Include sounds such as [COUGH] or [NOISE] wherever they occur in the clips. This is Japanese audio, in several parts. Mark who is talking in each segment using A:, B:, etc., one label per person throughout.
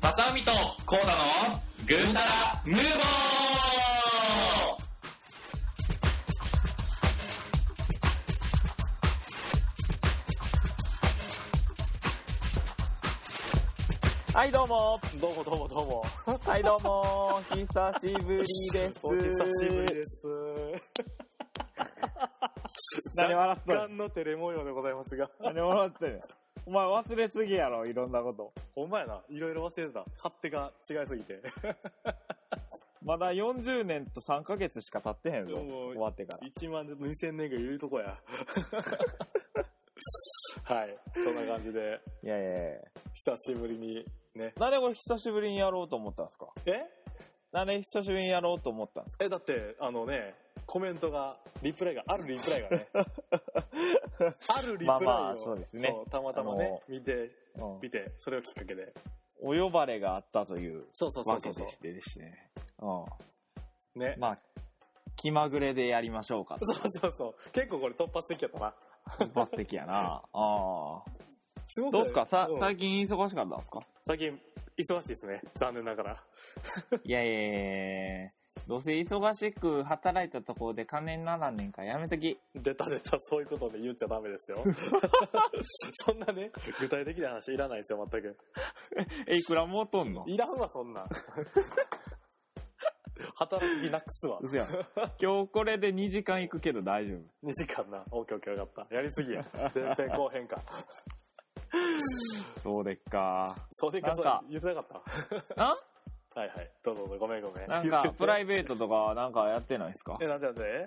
A: 浅海とコーダのぐーたらムーボー
B: はい、どうも。
C: どうもどうもどうも。
B: はい、どうも。久しぶりです。
C: お久しぶり [LAUGHS] です。
B: 何笑っとる
C: 若干の照れ模様でございますが。 [LAUGHS]
B: 何笑ってるお前忘れすぎやろ、いろんなこと。
C: ほんまやな。いろいろ忘れてた。勝手が違いすぎて。
B: まだ40年と3ヶ月しか経ってへんぞ。
C: でも
B: 終わってから。
C: 1万2000年が言うとこや。 [LAUGHS] はい。そんな感じで、
B: いやいやいや。
C: 久しぶりにね。
B: なんでこれ久しぶりにやろうと思ったんですか
C: え
B: なんで久しぶりにやろうと思ったんですか
C: え、だって、あのね、コメントが、リプライが、あるリプライ
B: [LAUGHS]
C: がね。あるリプラ
B: ま
C: イを、
B: あまあそうですね
C: そうたまたま
B: あ
C: ね
B: の、
C: 見て、
B: うん
C: 見て、それをきっかけで。
B: お呼ばれがあったという
C: そうそうそ
B: わ
C: うそ
B: け
C: う
B: で
C: そう。
B: してですね。うん
C: ね。
B: まあ、気まぐれでやりましょう
C: [LAUGHS]
B: かと。
C: そうそうそう。結構これ突発的やったな。
B: 突発的やな。ああ。
C: すごく
B: どうっすかさ
C: う、ん
B: 最近忙しかったんですか
C: 最近、忙しいですね。残念ながら。
B: いやいやいやいやどうせ忙しく働いたところで金にならんねんからやめとき。
C: 出た出た、そういうことで言っちゃダメで
B: [LAUGHS]
C: すよ。そんなね、具体的な話いらないですよ、全く。
B: え、いくらもうとんの
C: いらんわ、そんなん。働きなくすわ。
B: 嘘 [LAUGHS] やん。今日これで2時間行くけど大丈夫。
C: 2時間な。オッケーオッケー、よかった。やりすぎや。前編後編か。
B: そうでっか。
C: そうでか、
B: な
C: そ
B: ん
C: う
B: か
C: 言ってなかった。
B: あ
C: はいはい。どうぞどうぞ、ごめんごめん。
B: なん
C: 言って
B: [LAUGHS] か
C: て、
B: プライベートとかなんかやってないですか
C: え、なんでなんで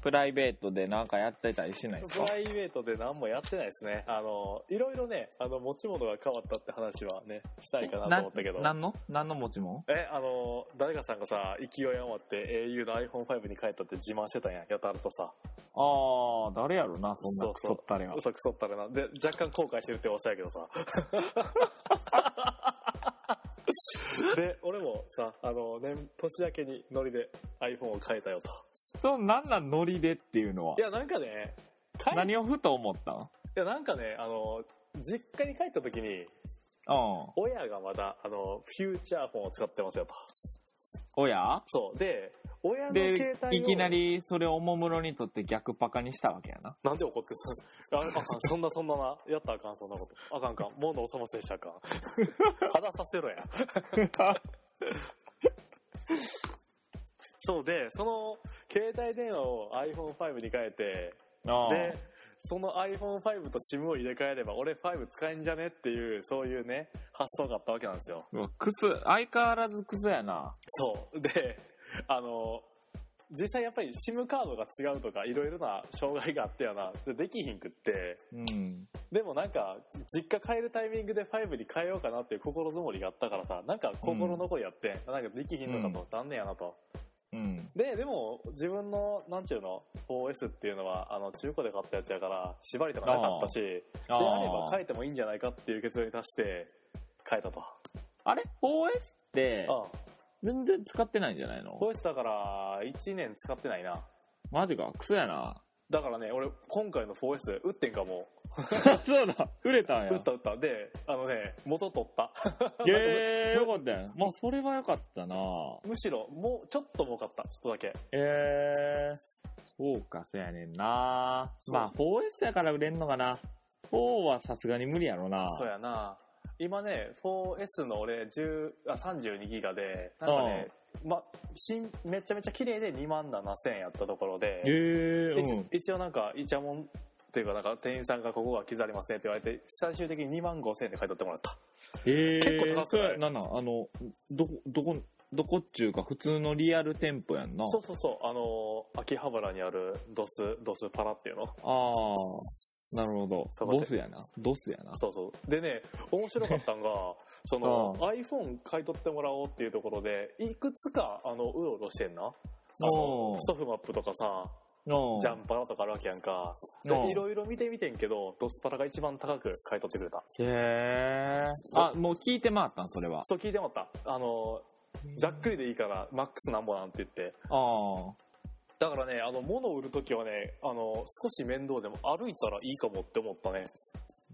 B: プライベートでなんかやってたりしないです
C: プ
B: か
C: ライベートで何もやってないですね。あの、いろいろね、あの、持ち物が変わったって話はね、したいかなと思ったけど。
B: 何の何の持ち物
C: え、あの、誰かさんがさ、勢い余って au の iPhone5 に変えたって自慢してたんや、やたらとさ。
B: ああ、誰やろな、そんなクソったれは。
C: 嘘くそったらな。で、若干後悔してるって噂やけど [LAUGHS] さ。で、俺もさ、あの、年、年明けにノリで iPhone を変えたよと。。
B: そのなんなんノリでっていうのはい
C: や、なんかね、変え、い
B: 何をふと思ったん
C: や、なんかね、あの、実家に帰った時に、
B: うん。
C: 親がまだ、あの、フューチャーフォンを使ってますよと。
B: おや
C: そう。で、親の
B: で
C: 携帯、を。
B: いきなりそれをおもむろにとって逆パカにしたわけやな。
C: なんで怒ってたのああ [LAUGHS] かん、そんなそんなな。やったらあかん、そんなこと。あかんあかん。物収ませしたらあかん。 [LAUGHS] 肌させろや。そうで、その携帯電話を iPhone5 に変えて、
B: ああ
C: で、その iPhone5 と SIM を入れ替えれば俺5使えんじゃねっていう、そういうね、発想があったわけなんですよ。
B: うわクス、相変わらずクスやな。
C: そう。で、あの、実際やっぱり SIM カードが違うとか、いろいろな障害があってやな、ちょっとできひんくって、
B: うん。
C: でもなんか、実家帰るタイミングで5に変えようかなっていう心づもりがあったからさ、なんか心残りやって、なんかできひんのかと、残念やなと。
B: うん。
C: で、でも、自分の、なんちゅうの、4S っていうのは、あの、中古で買ったやつやから、縛りとかなかったし、で
B: あ
C: あれば
B: あ
C: 変えてもいいんじゃないかっていう結論に達して、変えたと。
B: あれ ?4S って
C: う
B: 全然使ってないんじゃないの
C: ん。4S だから、1年使ってないな。
B: マジか、クスや
C: [LAUGHS]
B: な。
C: だからね、俺、今回の 4S、打ってんかも。
B: そうだ、売れたんや。
C: 打った打った。で、あのね、元取った。 [LAUGHS]
B: ええよかったやん。まあ、それはよかったな。
C: むしろ、もう、ちょっと儲かった。ちょっとだけ。
B: ええそうか、そうやねんな。
C: そう
B: まあ、4S やから売れんのかな。4はさすがに無理やろな。
C: そうやな。今ね、4S の俺、10あ32ギガで、なんかね、ま、新、めちゃめちゃ綺麗で2万7000円やったところで、
B: ええ
C: 一
B: うん。
C: 一応なんか、イチャモンっていうか、なんか店員さんがここが刻ありますねって言われて、最終的に2万5000円で買い取ってもらった。
B: ええ
C: 結構高くない
B: そうやなな。あの、どこ、どこ、どこっちゅうか普通のリアル店舗やんな。
C: そうそうそう、あのー秋葉原にあるドス、ドスパラっていうの。
B: ああ、なるほど。
C: そう
B: ボスやな。ドスやな。
C: そうそう。でね、面白かった
B: [LAUGHS]
C: んが、その、iPhone 買い取ってもらおうっていうところで、いくつか、あの、うろうろしてんな。あ
B: お
C: の
B: ー、
C: ソフマップとかさ、
B: うん
C: ジャンパラとかあるわけやんか。で
B: うん、
C: いろいろ見てみてんけど、ドスパラが一番高く買い取ってくれた。
B: へえ。あ、もう聞いて回ったん、それは。
C: そう聞いてもらった。あの、ざっくりでいいから、マックスなんぼなんて言って。
B: あ
C: だからね、あの、物を売るときはね、あの、少し面倒でも歩いたらいいかもって思ったね。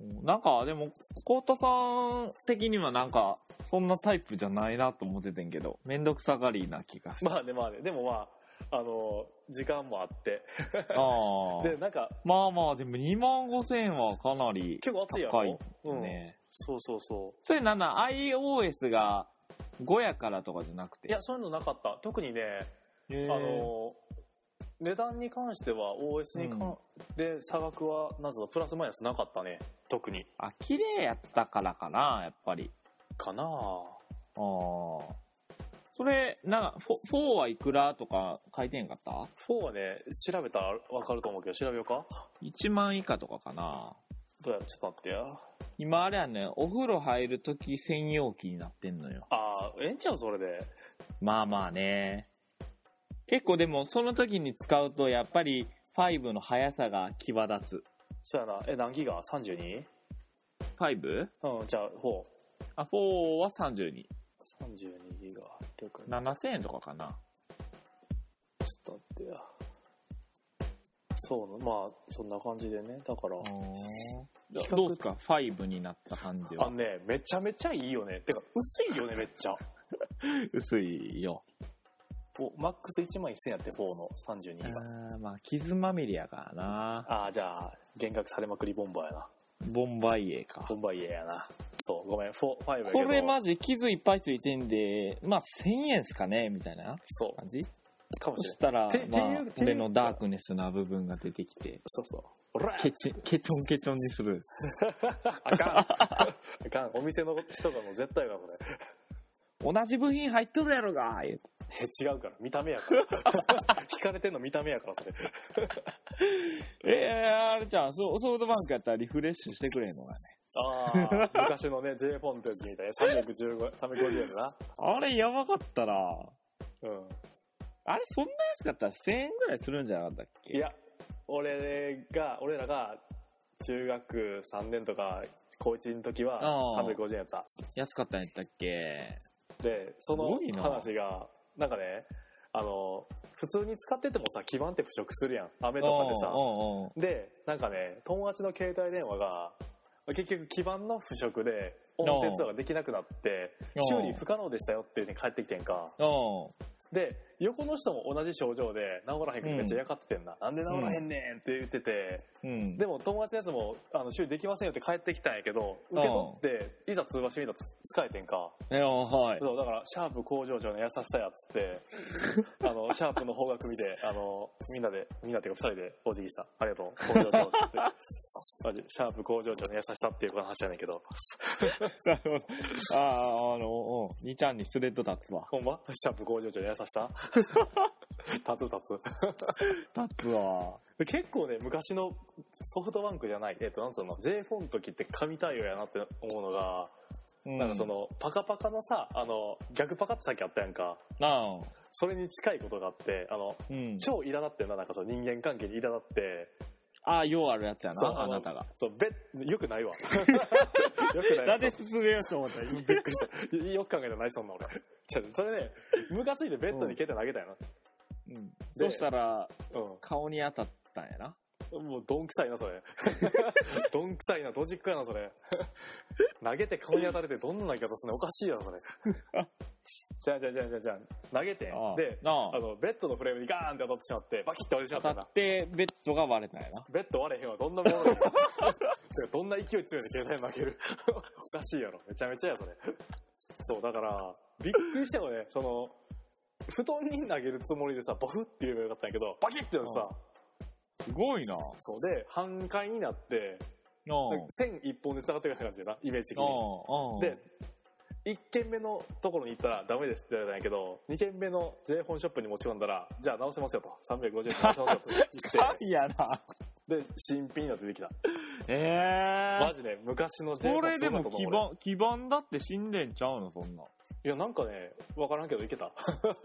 B: うんなんか、でも、コウタさん的にはなんか、そんなタイプじゃないなと思っててんけど、めんどくさがりな気がして。
C: まあねまあねでもまああの時間もあって [LAUGHS]
B: ああ。
C: でなんか
B: まあまあ、でも2万5千円はかなり
C: 結構暑いやろ
B: 高い
C: うん
B: ね。
C: そうそうそ
B: それなんだ、iOS が5やからとかじゃなく
C: う
B: て。
C: いやそういうのなかった特にね
B: へ
C: あ
B: ー、
C: の値段に関しては OS にか、
B: うん
C: で差額はなぜだプラスマイナスなかったね特に
B: あ、綺麗やったからかな、やっぱり。
C: かなぁ
B: ああ。それ、なんか、フォ4はいくらとか書いてへんかった
C: 4はね調べたらわかると思うけど調べようか
B: ?1 万以下とかかな。
C: どうやちょっと待ってや
B: 今あれやね、お風呂入るとき専用機になってんのよ。
C: あーええんちゃうそれで
B: まあまあね。結構でもその時に使うとやっぱり5の速さが際立
C: そうやなえ何ギガ 32?
B: つ。5?
C: うんじゃあ
B: あ、4は32。
C: 432ギガ了解
B: 7000円とかかな。
C: ちょっと待ってやそうなまあそんな感じでねだから
B: どうですか ?5 になった感じ
C: あ
B: は
C: の。ねめちゃめちゃいいよねてか薄いよねめっちゃ
B: 薄いよ。
C: おマックス1万1000やって4の32が、
B: あーまあ、傷まみれやからな。
C: ああじゃあ減額されまくりボンバーやな
B: ボンバイエか
C: ボ。ンバーイエーやなそうごめん4 5やけど
B: これマジ傷いっぱいついてんで、まあ1000円っすかねみたいな
C: そ
B: 感じ
C: うかも
B: そ
C: しれん
B: したら
C: てて、
B: ま
C: い
B: あ
C: うて、いう
B: 俺のダークネスな部分が出てきて、
C: そうそうおら
B: ケチン、ケチョンケチョンにする。
C: あかんあかんお店の人がもう絶対やからこれ
B: 同じ部品入っとるやろが言うて
C: え違うから見た目やから惹かれてんの見た目やからそれ
B: えー、あれちゃん、ソソフトバンクやったらリフレッシュしてくれんのがね。
C: ああ、昔のね、J フォントみたいな、315 350円だな。
B: あれやばかったな
C: うん。
B: あれそんな安かったら1000円ぐらいするんじゃなかったっけ
C: いや、俺が、俺らが中学3年とか高1の時は
B: あー
C: 350円やった。
B: 安かったんやったっけ
C: で、そ
B: す
C: の
B: ごいな
C: 話が、なんかね、あの、普通に使っててもさ、基盤って腐食するやん。雨とかでさ。
B: うんうんうん
C: で、なんかね、友達の携帯電話が、結局基盤の腐食で、音声通話ができなくなって、
B: うん
C: 修理不可能でしたよっていうね、帰ってきてんか。
B: うん
C: で横の人も同じ症状で治らへんからめっちゃ嫌がっててんな、なんで治らへんねんって言ってて、
B: うん。
C: でも友達のやつもあの修理できませんよって帰ってきたんやけど受け取っていざ通話してみたらつ使えてんか
B: うん、はい。
C: そうだからシャープ工場長の優しさやっつってあのシャープの方角見てあのみんなでみんなっていうか2人でお辞儀したありがとう工場長っつってマジシャープ工場長の優しさっていう話やねんけど
B: なるほど。ああ、あの、うん。2ちゃんにスレッド立つわ。
C: ほんまシャープ工場長の優しさ立つ立つ
B: 立つわ。
C: で結構ね昔のソフトバンクじゃないえっとなんつうの J フォント機って神対応やなって思うのが、
B: な
C: なんかそ、のパカパカのさあの逆パカってさっきあったやんか
B: なあ、
C: それに近いことがあってあの
B: うん。
C: 超苛立ってるななんかその人間関係に苛立って
B: ああ、ようあるやつや
C: そう
B: な、あなたが。
C: そうべよくな
B: [LAUGHS]
C: いわよくないわ
B: 進めようと思った
C: びっくりしたよく考えたらないそんな俺ちょそれねムカついてベッドに蹴って投げたよ
B: うん。そしたら、
C: な、
B: 顔に当たったんやな。
C: うん、もうどんくさいな
B: [LAUGHS]
C: それどんくさいなドジックやなそれ投げて顔に当たれてどんな言い方すんのおかしいやろそれじゃあじゃあじゃあじゃあじゃあ投げて
B: ああ
C: で
B: な
C: あ
B: あ、
C: のベッドのフレームにガーンって当たってしまってバキッて割れてしま
B: 当
C: っ
B: た
C: たんだ
B: って、ベッドが割れたんやな。
C: ベッド割れへんわどんなものだよてかどんな勢い強いで携帯負けるおかしいやろめちゃめちゃやそれそうだからびっくりしてもねその布団に投げるつもりでさボフって言えばよかったんやけどバキッてやるとさ、
B: あすごいな。
C: そうで半壊になって
B: なあ。うん
C: 線一本で繋がってるような感じだな、イメージ的に。
B: うん。
C: で、1軒目のところに行ったらダメですって言われたんやけど、2軒目の J 本ショップに持ち込んだら、じゃあ直せますよと。350円で直せますよと言っ
B: いやな。
C: て、で、新品が出てきた。
B: ええ
C: マ。ジで昔の J
B: そ
C: 本
B: れで
C: そうだ
B: も
C: と思
B: 基
C: う。俺
B: 盤、基盤だって死んでんちゃうの、そんな。
C: いや、なんかね、わからんけどいけた。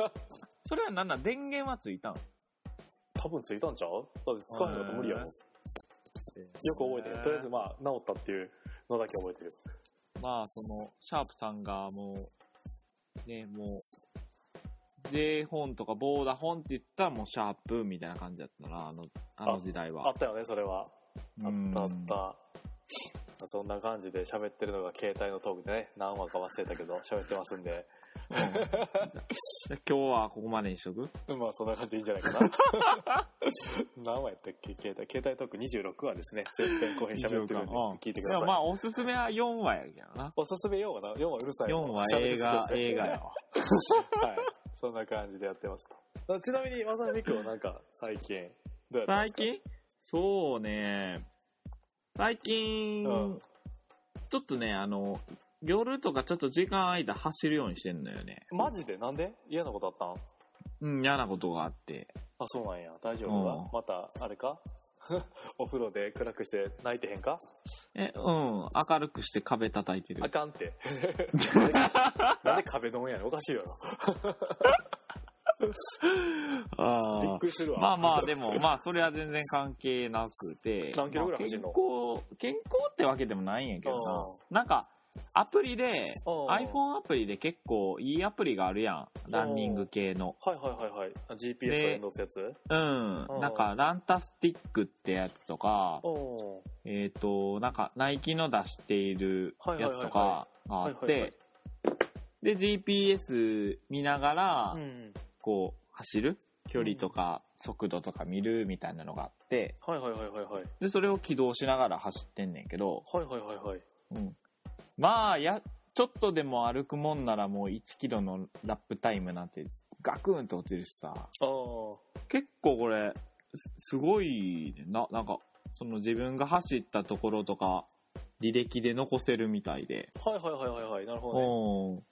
C: [LAUGHS]
B: それはなんなん電源はついたん
C: 多分ついたんちゃうだって使わへんかったら無理やもん。
B: へ
C: よく覚えてる。とりあえずまあ、治ったっていうのだけ覚えてる。
B: まあ、その、シャープさんがもう、ね、もう、J 本とかボーダホンって言ったらもうシャープみたいな感じだったな、あの、あの時代
C: あ
B: は
C: っ。たよね、それは。あったあっ
B: うん
C: た。そんな感じで喋ってるのが携帯のトークでね、何話か忘れたけど、喋ってますんで、
B: じゃあ今日はここまでにしとく
C: まあそんな感じでいいんじゃな
B: [LAUGHS]
C: いかな。何話やったっけ携帯、携帯トーク26話ですね。前編後編喋ってるんで
B: 26話うん、
C: 聞いて
B: で
C: くださ
B: も
C: い。
B: まあおすすめは4話やけどな。
C: おすすめ4話な、4話うるさい
B: 4
C: な。
B: 話
C: 喋り
B: 映
C: すぎて
B: 画、
C: る
B: 映画や。わ。
C: はい。そんな感じでやってますと。ちなみに、まさみくんはなんか、最近、どうやってます
B: 最
C: か
B: 近そうね。最近、
C: うん
B: ちょっとね、あの、夜とかちょっと時間空いたら走るようにしてんのよね。
C: マジでなんで嫌なことあったん
B: うん、嫌なことがあって。
C: あ、そうなんや。大丈夫
B: うん
C: かまた、あれか [LAUGHS] お風呂で暗くして泣いてへんか
B: え、うん、明るくして壁叩いて
C: あ
B: る。
C: かん
B: [LAUGHS]
C: って。なんで壁ドンやねんおかしいよな。び
B: あ
C: っくりするわ。
B: まあまあ、でも、 [LAUGHS] まあ、それは全然関係なくて。
C: 何キロぐらい走
B: 健
C: んの
B: 康、健康ってわけでもないんやけどな。なんか、アプリで、
C: うん。iPhone?
B: iPhone アプリで結構いいアプリがあるやん。ランニング系の。
C: はいはいはいはい。あ GPS と連動するやつ
B: うん。
C: うん
B: なんか、ランタスティックってやつとか、
C: おー
B: えっ、と、なんか、ナイキの出しているやつとかがあっ
C: はいはいはい
B: て、で、GPS 見ながら、
C: ん。
B: こう、走る距離とか、速度とか見るみたいなのがあって、
C: はいはいはいはいはい。
B: で、それを起動しながら走ってんねんけど、
C: はいはいはいはい。
B: うん。まあ、や、ちょっとでも歩くもんならもう1キロのラップタイムなんてガクンと落ちるしさ、
C: あー
B: 結構これ、すすごいねんな、なんか、その自分が走ったところとか、履歴で残せるみたいで、
C: はいはいはいはいはい。なるほどね。
B: おん。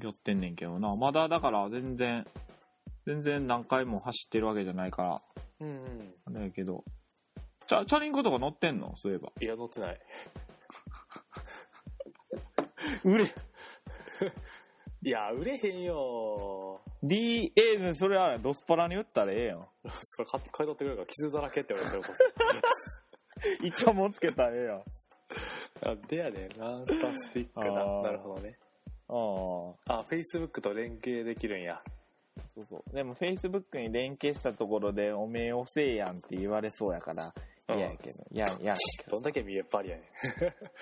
B: 寄ってんねんけどな。まだだから全然、全然何回も走ってるわけじゃないから、
C: うんうん。
B: あれやけど。チャ、チャリンコとか乗ってんのそういえば。
C: いや、乗って [LAUGHS] ない。
B: 売れ
C: いや、売れへんよ
B: !D、え、それあれ、ドスパラに売ったらええよ。
C: それ買って買い取ってくれるから傷だらけって俺それこ
B: [LAUGHS] 一応もつけたらええよ。
C: そ。 [LAUGHS] あ、でやね、ランタスティック
B: あ
C: な。
B: ー
C: なるほどね。
B: ああ。
C: あ、Facebook と連携できるんや。
B: そうそう。でも Facebook に連携したところで、おめえ遅えやんって言われそうやから、
C: うん
B: 嫌やけど。嫌や、嫌やけど。
C: どんだけ見えっぱり [LAUGHS] やねん。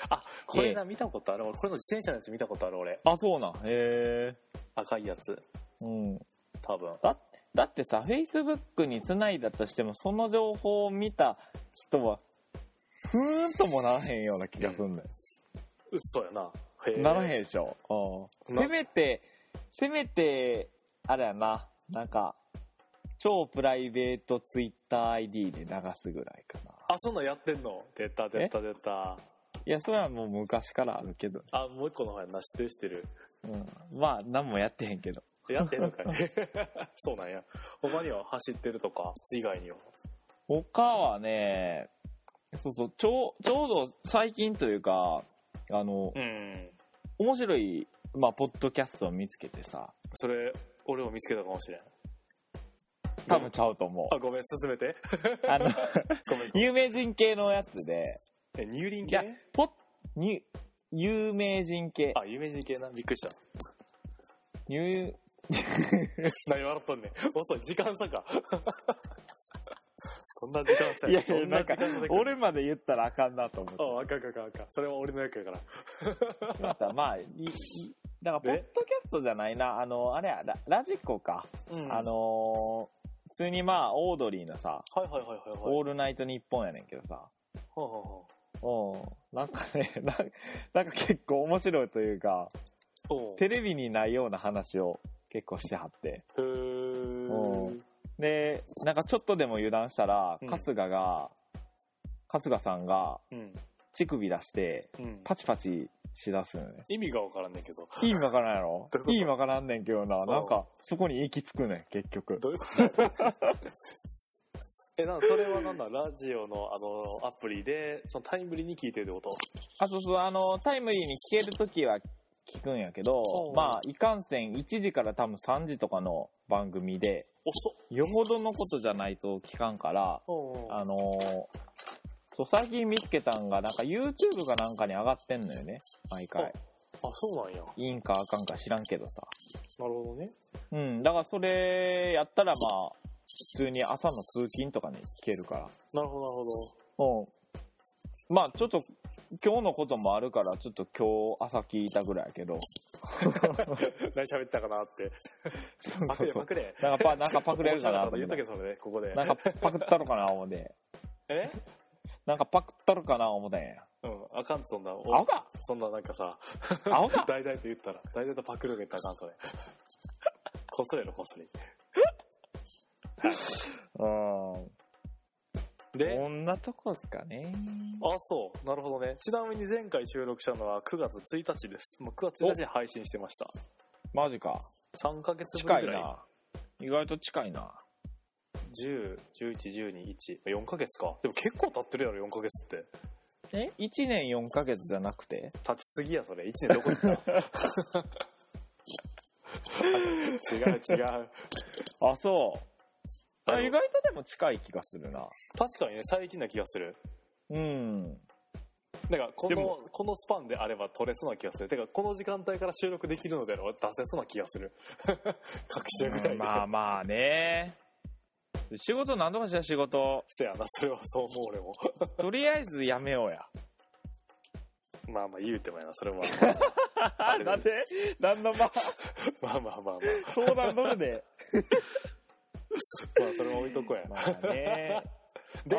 C: あ、これな、見たことある。俺これの自転車のやつ見たことある、俺。
B: あ、そうなん。へえ。
C: 赤いやつ。
B: うん。
C: 多分。
B: だってさ、Facebook につないだとしても、その情報を見た人は、ふーんともならへんような気がすんだよ。
C: 嘘やな。へ
B: ならへ
C: ん。
B: んでしょ。うん
C: な
B: せめて、せめて、あれやな、なんか、超プライベート TwitterID で流すぐらいかな。
C: あ、そんなんやってんの出た、出た、出た。
B: いや、それはもう昔からあるけど、
C: あ、もう一個の方やんな。知ってる、知ってる。
B: うん。まあ、何もやってへんけど。
C: やってんのかい。 [LAUGHS] そうなんや。他には走ってるとか、以外には。
B: 他はね、そうそう、ちょう、ちょうど最近というか、あの、
C: うん。
B: 面白い、まあ、ポッドキャストを見つけてさ、
C: それ、俺も見つけたかもしれん。
B: 多分ちゃうと思う
C: あ、。ごめん、進めて。 [LAUGHS]
B: あの、 [LAUGHS]
C: ごめん。
B: 有名人系のやつで、
C: え、乳輪
B: いや
C: 系
B: ポッ、に、有名人系、
C: あ、有名人系な。びっくりした。
B: 入、
C: 何笑っとんねん。遅い、時間差か。 [LAUGHS] そんな時間差
B: いやい
C: そ
B: や、
C: ん
B: なん
C: 時
B: か
C: 間差、か
B: 俺まで言ったらあかんなと思っ
C: あ、あかんあかんあかん。それは俺の役やから。
B: てしまった。まあ、い、いだから、ポッドキャストじゃないな、あの、あれや、ララジコか。
C: うん
B: あ、のー普通にまあ、オードリーのさ、
C: はいはいはいはいはい。
B: オールナイトニッポンやねんけどさ、
C: ほうほうほ
B: うん、なんかね、 [LAUGHS] なんかなんか結構面白いというか、
C: うおう
B: テレビにないような話を結構してはって。
C: へー
B: おうで、なんかちょっとでも油断したら、
C: うん
B: 春日が、春日さんが
C: うん。
B: 乳首出して、
C: うん。
B: パチパチしだすのよ
C: [LAUGHS]
B: ね。
C: 意味がわからんねんけど。
B: 意味わからんやろ
C: どういうこと
B: 意味わからんねんけどな。
C: ん
B: なんか、そこに行き着くねん、結局。
C: どういうことえ、なんそれはなんだラジオのあの、アプリで、そのタイムリーに聞いてるってこ
B: あ、そうそう、あの、タイムリーに聞けるときは聞くんやけど
C: お、う
B: まあ、いかんせん1時から多分3時とかの番組で、
C: と遅っ。
B: よほどのことじゃないと聞かんから、
C: おうおう
B: あのーそう、最近見つけたんが、なんか YouTube かなんかに上がってんのよね。毎回。
C: あ、そうなんや。
B: いいんかあかんか知らんけどさ。
C: なるほどね。
B: うん。だからそれやったらまあ、普通に朝の通勤とかに聞けるから。
C: なるほど、なるほど。
B: うん。まあ、ちょっと、今日のこともあるから、ちょっと今日朝聞いたぐらいやけど。
C: [LAUGHS] 何喋ったかなって。パクれ、パクれ。
B: なんかパ、なんかパクれるかなと
C: 面白
B: 思っ
C: いこと言ってとけ、それで、ここで。
B: なんかパクったろかな思って。
C: え
B: なんかパクったろかな思ったんや。
C: うん、あかん、そんな。
B: 青か
C: そんな、なんかさ、 [LAUGHS]
B: 青か
C: 大々と言ったら、大々とパクるの言ったらあかん、それ。 [LAUGHS] こっそりやろ、こっそり。
B: う
C: で
B: ん。、こんなとこですかね。
C: あ、そう。なるほどね。ちなみに前回収録したのは9月1日です。もう9月1日に配信してました。
B: マジか。
C: 3ヶ月ぶ
B: 近
C: り
B: い
C: ぐらい。
B: な。意外と近いな。
C: 10、11、12、1。4ヶ月か。でも結構経ってるやろ、4ヶ月って。
B: え ?1 年4ヶ月じゃなくて
C: 経ちすぎや、それ。1年どこ行った [LAUGHS] 違う違う。
B: あ、そう。
C: あの
B: あ意外とでも近い気がするな。
C: 確かにね、最近な気がする。
B: うん。
C: なんか、こ
B: で
C: の
B: も、
C: このスパンであれば撮れそうな気がする。てか、この時間帯から収録できるのであれば出せそうな気がする。 [LAUGHS] 各週ぐらいで。
B: [LAUGHS] まあまあね。仕事なんとかした仕事。
C: せやな、それはそう思う俺も。
B: とりあえずやめようや。
C: まあまあ言うてもやな、それは。
B: あ [LAUGHS]
C: れ
B: なんでなんのまあ、
C: [LAUGHS] まあまあまあまあ。
B: 相談乗るで。
C: まあそれは置いとこうや。
B: [LAUGHS] まあね。あ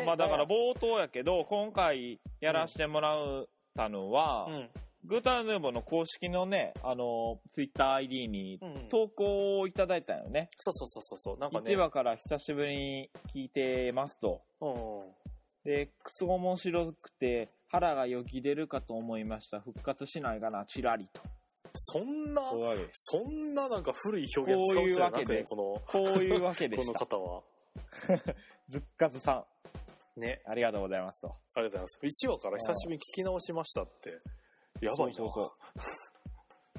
B: まあだから、冒頭やけど、今回やらしてもらうたのは、
C: うん。
B: グータラヌーボーの公式のね、あの、ツイッター ID に
C: うん、
B: 投稿をいただいたよね。
C: そうそうそうそうそう。なんかね。
B: 1話から久しぶりに聞いてますと。
C: うん。
B: で、クソ面白くて、腹がよぎ出るかと思いました。復活しないかな、チラリと。
C: そんな、
B: こう
C: そんななんか古い表現使う人じゃな
B: こういうわけ
C: くね、
B: で
C: この、こ
B: いうわけでし
C: の
B: た。
C: 方は。
B: ズッカズさん、
C: ね。
B: ありがとうございますと。
C: ありがとうございます。1話から久しぶりに聞き直しましたって。やばいな。
B: そうそう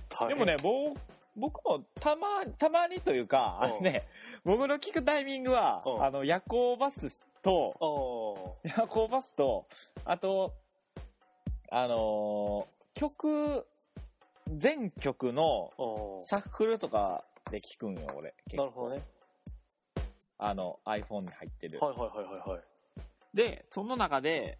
C: 大
B: で
C: 変
B: も、ね、ぼ僕もたま、たまにというか、
C: うん
B: あのね、僕の聞くタイミングは、
C: うん
B: あの、夜行バスと、
C: あ
B: 夜行バスと、あと、あのー曲、全曲の
C: あ。うん
B: シャッフルとかで聞くんよ、俺。結構
C: なるほどね。
B: あの、iPhone に入ってる。
C: はいはいはいはいはい。
B: で、その中で、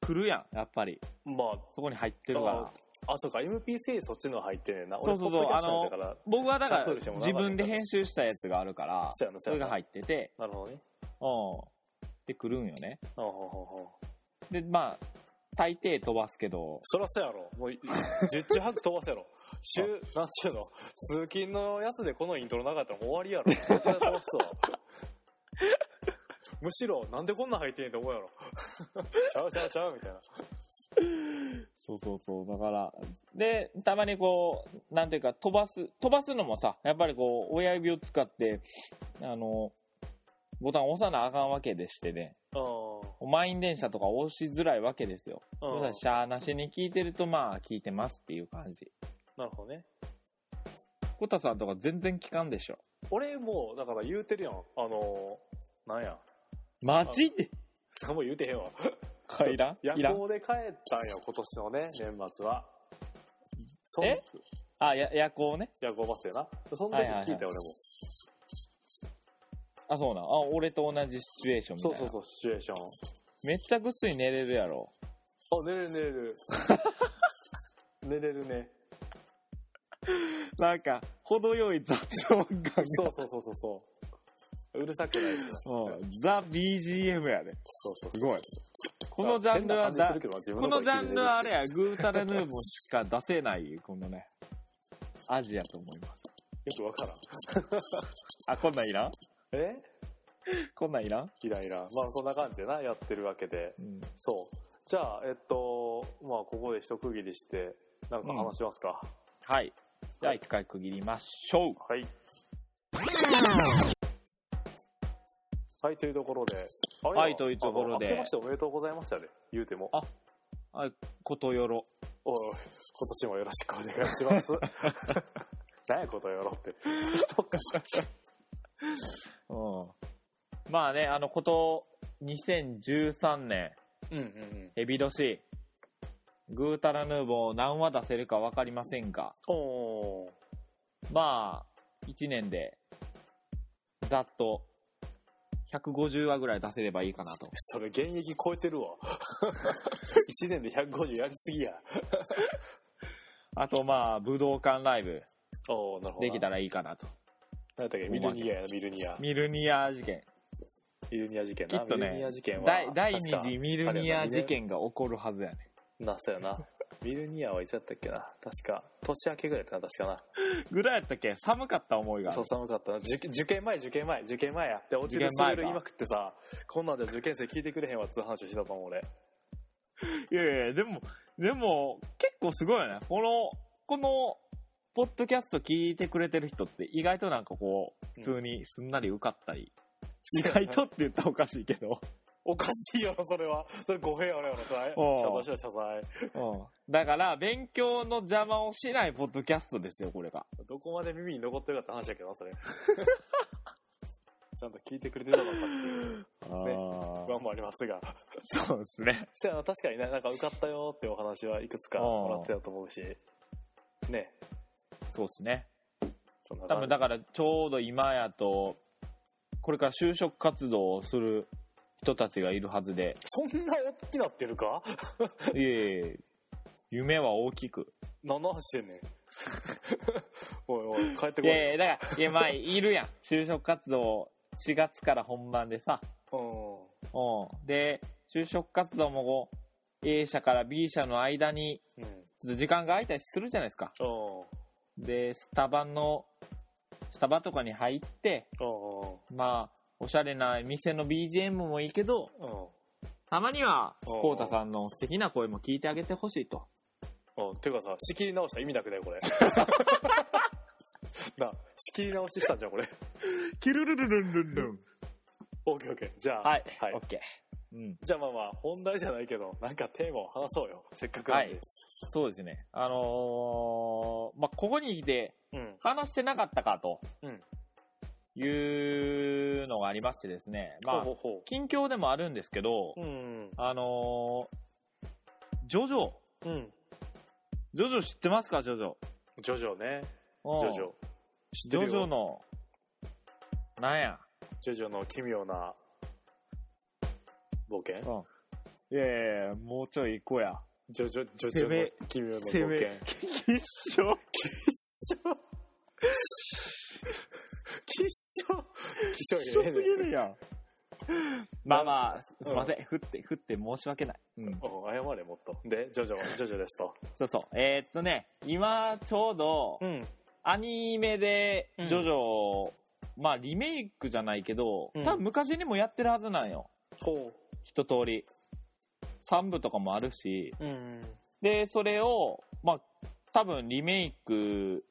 B: 来るやん、やっぱり。
C: まあ、
B: そこに入ってるから。
C: あ、そうか、MP3 そっちの入ってねえな。
B: そうそうそう
C: 俺ポッドキャストのやつだから、
B: 僕はだか
C: シャッフ
B: ら、
C: ルしてもらわ
B: 自
C: なかった
B: 分で編集したやつがあるから、
C: そうやな、
B: そ
C: そう
B: れが
C: やな。
B: 入ってて、
C: なるほどね。
B: うん。で、来るんよね。
C: ああ、ほうほうほう。
B: で、まあ、大抵飛ばすけど、
C: そらそうやろ。もう、十中八九飛
B: [LAUGHS]
C: ばせろ。週、なんちゅうの、通勤のやつでこのイントロなかったら終わりや
B: [LAUGHS]
C: ろ。それは飛ばすわ。 [LAUGHS] むしろ、なんでこんなん入ってんねんって思うや
B: [LAUGHS]
C: ろ。ちゃうちゃうちゃうみたいな。
B: そうそうそう、だから、で、たまにこう、なんていうか、飛ばす、飛ばすのもさ、やっぱりこう、親指を使って、あの、ボタン押さなあかんわけでしてね、
C: う
B: 満員電車とか押しづらいわけですよ。
C: ん。うん。
B: だからしゃあなしに聞いてると、まあ、聞いてますっていう感じ。
C: なるほどね。
B: コタさんとか全然聞かんでしょ。
C: 俺もう、だから言うてるやん。あのー、なんや。
B: マジで
C: 何も言うてへんわ。
B: いらん
C: 夜
B: いらん
C: 行で帰ったんよ、今年のね、年末は。そん
B: えあ、や、夜行ね。
C: 夜行バスやな。その
B: はい
C: 時
B: はいはい
C: 聞いたよ、俺も。
B: あ、そうなん。あ、俺と同じシチュエーションみたい
C: そう
B: な。
C: そうそう、シチュエーション。
B: めっちゃぐっすり寝れるやろ。
C: あ、寝れる寝れ
B: [LAUGHS]
C: る。寝れるね。
B: なんか、程よい雑音感が。
C: そうそうそうそうそう。うるさくないみたいな。
B: うんザ・ BGM やで。
C: そうそう
B: すごい。このジャンルは
C: 変な感じ
B: だ
C: する、けどな自分
B: この
C: 声
B: ジャンルはあれ
C: 聞いて
B: や、グータラヌーボーしか出せない、このね、アジアと思います。
C: るよくわか
B: あ、こんなんいらん
C: らん。え
B: こんなんいらん
C: イライラ。まあそんな感じでな、やってるわけで。
B: うん。
C: そう。じゃあ、えっと、まあここで一区切りして、なんか話しますか。
B: はい。じゃあ一回区切りましょう。
C: はい。はい、というところで。あれ
B: はいというところで
C: あの明けましておめでとうございましたね。言うても。
B: あことよろ。
C: おいおい今年もよろしくお願いし
B: [LAUGHS]
C: ます。何やことよろって。
B: うん。まあね、あの、こと、2013年、
C: うんうんうん。
B: エビ年、グータラヌーボー何話出せるかわかりませんが、
C: おー
B: まあ、1年で、ざっと150話ぐらい出せればいいかなと。
C: それ現役超えてるわ。1年で150やりすぎや。
B: あと、まあ、武道館ライブ
C: おおなるほど。
B: できた。らいいかなと。
C: なんだっけ、ミルニアやな、ミルニア。
B: ミルニア事件。
C: ミルニア事件
B: き
C: な。
B: っとね
C: ミルニア事件は。
B: 第第二
C: 確か
B: 次ミルニア事件が起こるはずやね。
C: な、そうやな。ミルニアはいつやったっけな。確か、年明けぐらいだったな、確か
B: ぐらいやったっけ寒かった思いが
C: な。
B: あ
C: そ
B: る
C: う、。寒かったな。受受験前、受験前、受験前や。で、落ちる
B: 受験
C: ス
B: 前か
C: ルール言いまくってさ、こんなんじゃ受験生聞いてくれへんわっつう話をしてたと思う、俺。
B: いやいやいや、でも、でも、結構すごいよね。この、この、ポッドキャスト聞いてくれてる人って意外となんかこう、普通にすんなり受かったり、意外とって言ったらおかしいけど、
C: おかしいよろ、それは。それ語弊あるやろ、それ。
B: おう
C: 謝罪しろ、謝罪。
B: うん、だから勉強の邪魔をしないポッドキャストですよ、これが。
C: どこまで耳に残ってるかって話やけどな、そ
B: [LAUGHS]
C: れ。ちゃんと聞いてくれてたのかっていう不安もありますが。
B: [LAUGHS] そうですね。
C: そやな、確かにね、なんか受かったよってお話はいくつか
B: うん
C: もらってたと思うし。ね、
B: そうですね。
C: そんな
B: 多分だからちょうど今やと、これから就職活動をする人たちがいるはずで、
C: そんな大きなってるか
B: [LAUGHS] いえいえ、夢は大きく。
C: 何の話してん
B: [LAUGHS]
C: ねん。おいおい、帰って
B: い
C: こいよ。
B: やいや、だから、いや、まあ、いるやん。就職活動、4月から本番でさ。
C: う
B: うん。で、就職活動もこう、A 社から B 社の間に、
C: ん。うん。
B: ちょっと時間が空いたりするじゃないですか。
C: お
B: で、スタバの、スタバとかに入って、
C: うん。うん。
B: まあ、おしゃれな店の BGM もいいけど、
C: うん。
B: たまには、
C: うん
B: コウタさんの素敵な声も聞いてあげてほしいと。
C: うん、ていうかさ、仕切り直した意味なくないこ
B: [LAUGHS]
C: れ。なあ、仕切り直ししたんじゃん、これ。 [LAUGHS]
B: キルルルルンルンルン。
C: オッケーオッケー。じゃあ、
B: はい、オッケー。うん。
C: じゃあまあまあ、本題じゃないけど、なんかテーマを話そうよ。せっかくなんで。
B: はいそうですね。あのーまあ、ここに来て、
C: うん。
B: 話してなかったかと
C: うん。
B: いうのがありましてですね、まあ
C: ほう、ほ
B: 近況でもあるんですけど
C: うほう。、うん。
B: あのージョジョ、
C: うん。
B: ジョジョ知ってますか、ジョジョ。
C: ジョジョね。
B: うん
C: ジョジョ。知ってる
B: ジョジ
C: よ
B: ョの、なんや、
C: ジョジョの奇妙な冒険
B: いやいやいやもうちょい行こうや。
C: ジョジョ、ジョジョの奇妙な
B: 攻
C: 冒 [LAUGHS]
B: め
C: 険。
B: 一生
C: きっしょ。きっし
B: 一
C: ょ
B: 緒
C: 入
B: す
C: れ
B: ぎ
C: ねえね
B: るやん。まあまあ、すすいません。振って、振って申し訳ない。うん。
C: うん謝れ、もっと。で、ジョジョ、ジョジョですと。
B: そうそう。えーっとね、今、ちょうど、
C: うん。
B: アニメで、
C: う
B: ジ
C: ん
B: ョジョ、まあリメイクじゃないけど、
C: うん
B: 多分昔にもやってるはずなんよ。
C: ほ
B: 一通り。3部とかもあるし。
C: う。うん。
B: で、それを、まあ、多分リメイク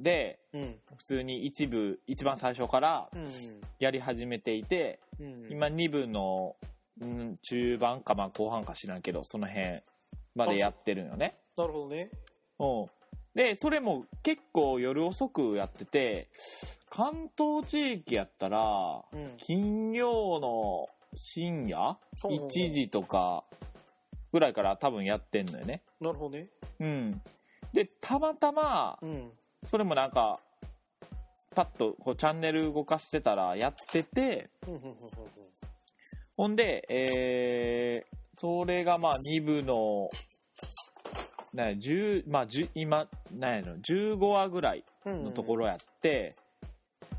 B: で、
C: うん。
B: 普通に一部、一番最初から
C: うん。
B: やり始めていて、
C: うん、
B: 今2部の、うん、中盤かまあ後半か知らんけど、その辺までやってるよね。
C: なるほどね。
B: うん。で、それも結構夜遅くやってて、関東地域やったら、
C: うん。
B: 金曜の深夜 ?1。時とかぐらいから多分やってんのよね。
C: なるほどね。
B: うん。で、たまたま
C: う、ん。
B: それもなんか、パッとこうチャンネル動かしてたらやってて、
C: うんうんうん
B: ほんで、えー、それがまあ2部の、なんや、10、まあ10、今、なんやろ、15話ぐらい
C: うんうん。
B: のとこ。ろやって、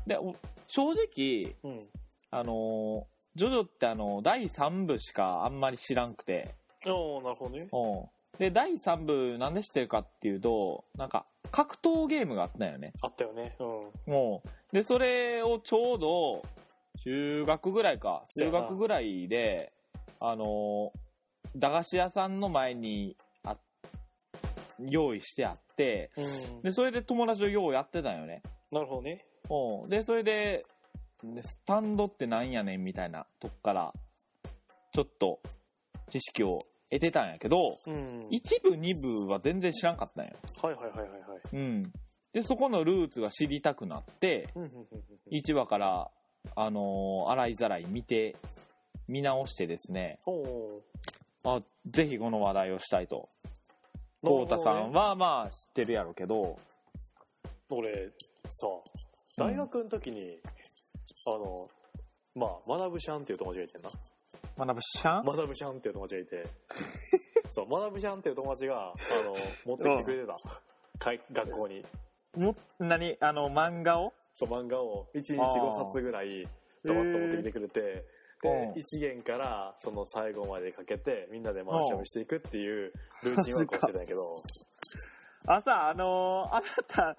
B: で、お正直、
C: うん。
B: あのージョジョってあの、第3部しかあんまり知らんくて、
C: おおなるほどね。
B: うん。で、第3部なんで知ってるかっていうと、なんか、格闘ゲームがあったよね。
C: あったよね。うん。
B: もう。で、それをちょうど、中学ぐらいか、
C: そう
B: 中
C: やな
B: 学ぐらいで、あのー駄菓子屋さんの前にあ、用意してあって、
C: うん。
B: で、それで友達とようやってたんよね。
C: なるほどね。
B: うん。で、それで、でスタンドってなんやねんみたいなとこから、ちょっと知識を得てたんやけど、
C: うん。
B: 一部二部は全然知らんかったんよ。
C: はいはいはいはいはい。
B: うん。で、そこのルーツが知りたくなって、
C: うんうんうんうんうん。
B: 1話から、あのー洗いざらい見て、見直してですね、
C: おお
B: あ、ぜひこの話題をしたいと。
C: なるほ
B: こ
C: どね
B: うたさんは、まあ、知ってるやろうけど、
C: 俺、さ、大学の時に、あの、まあ、学ぶシャンっていう友達がいてんな。
B: 学ぶしゃん
C: 学ぶシャンっていう友達がいて、そう、学ぶシャンっていう友達が、あの、持ってきてくれてた。かい学校に。
B: も、何あの、漫画を
C: そう、漫画を1日
B: あー
C: 5冊ぐらい、ドバッと持ってきてくれて、
B: うん
C: で、1弦からその最後までかけて、みんなで回し読みしていくっていうルーチンワークをしてたんや
B: [LAUGHS]
C: けど、
B: 朝、あのーあなた、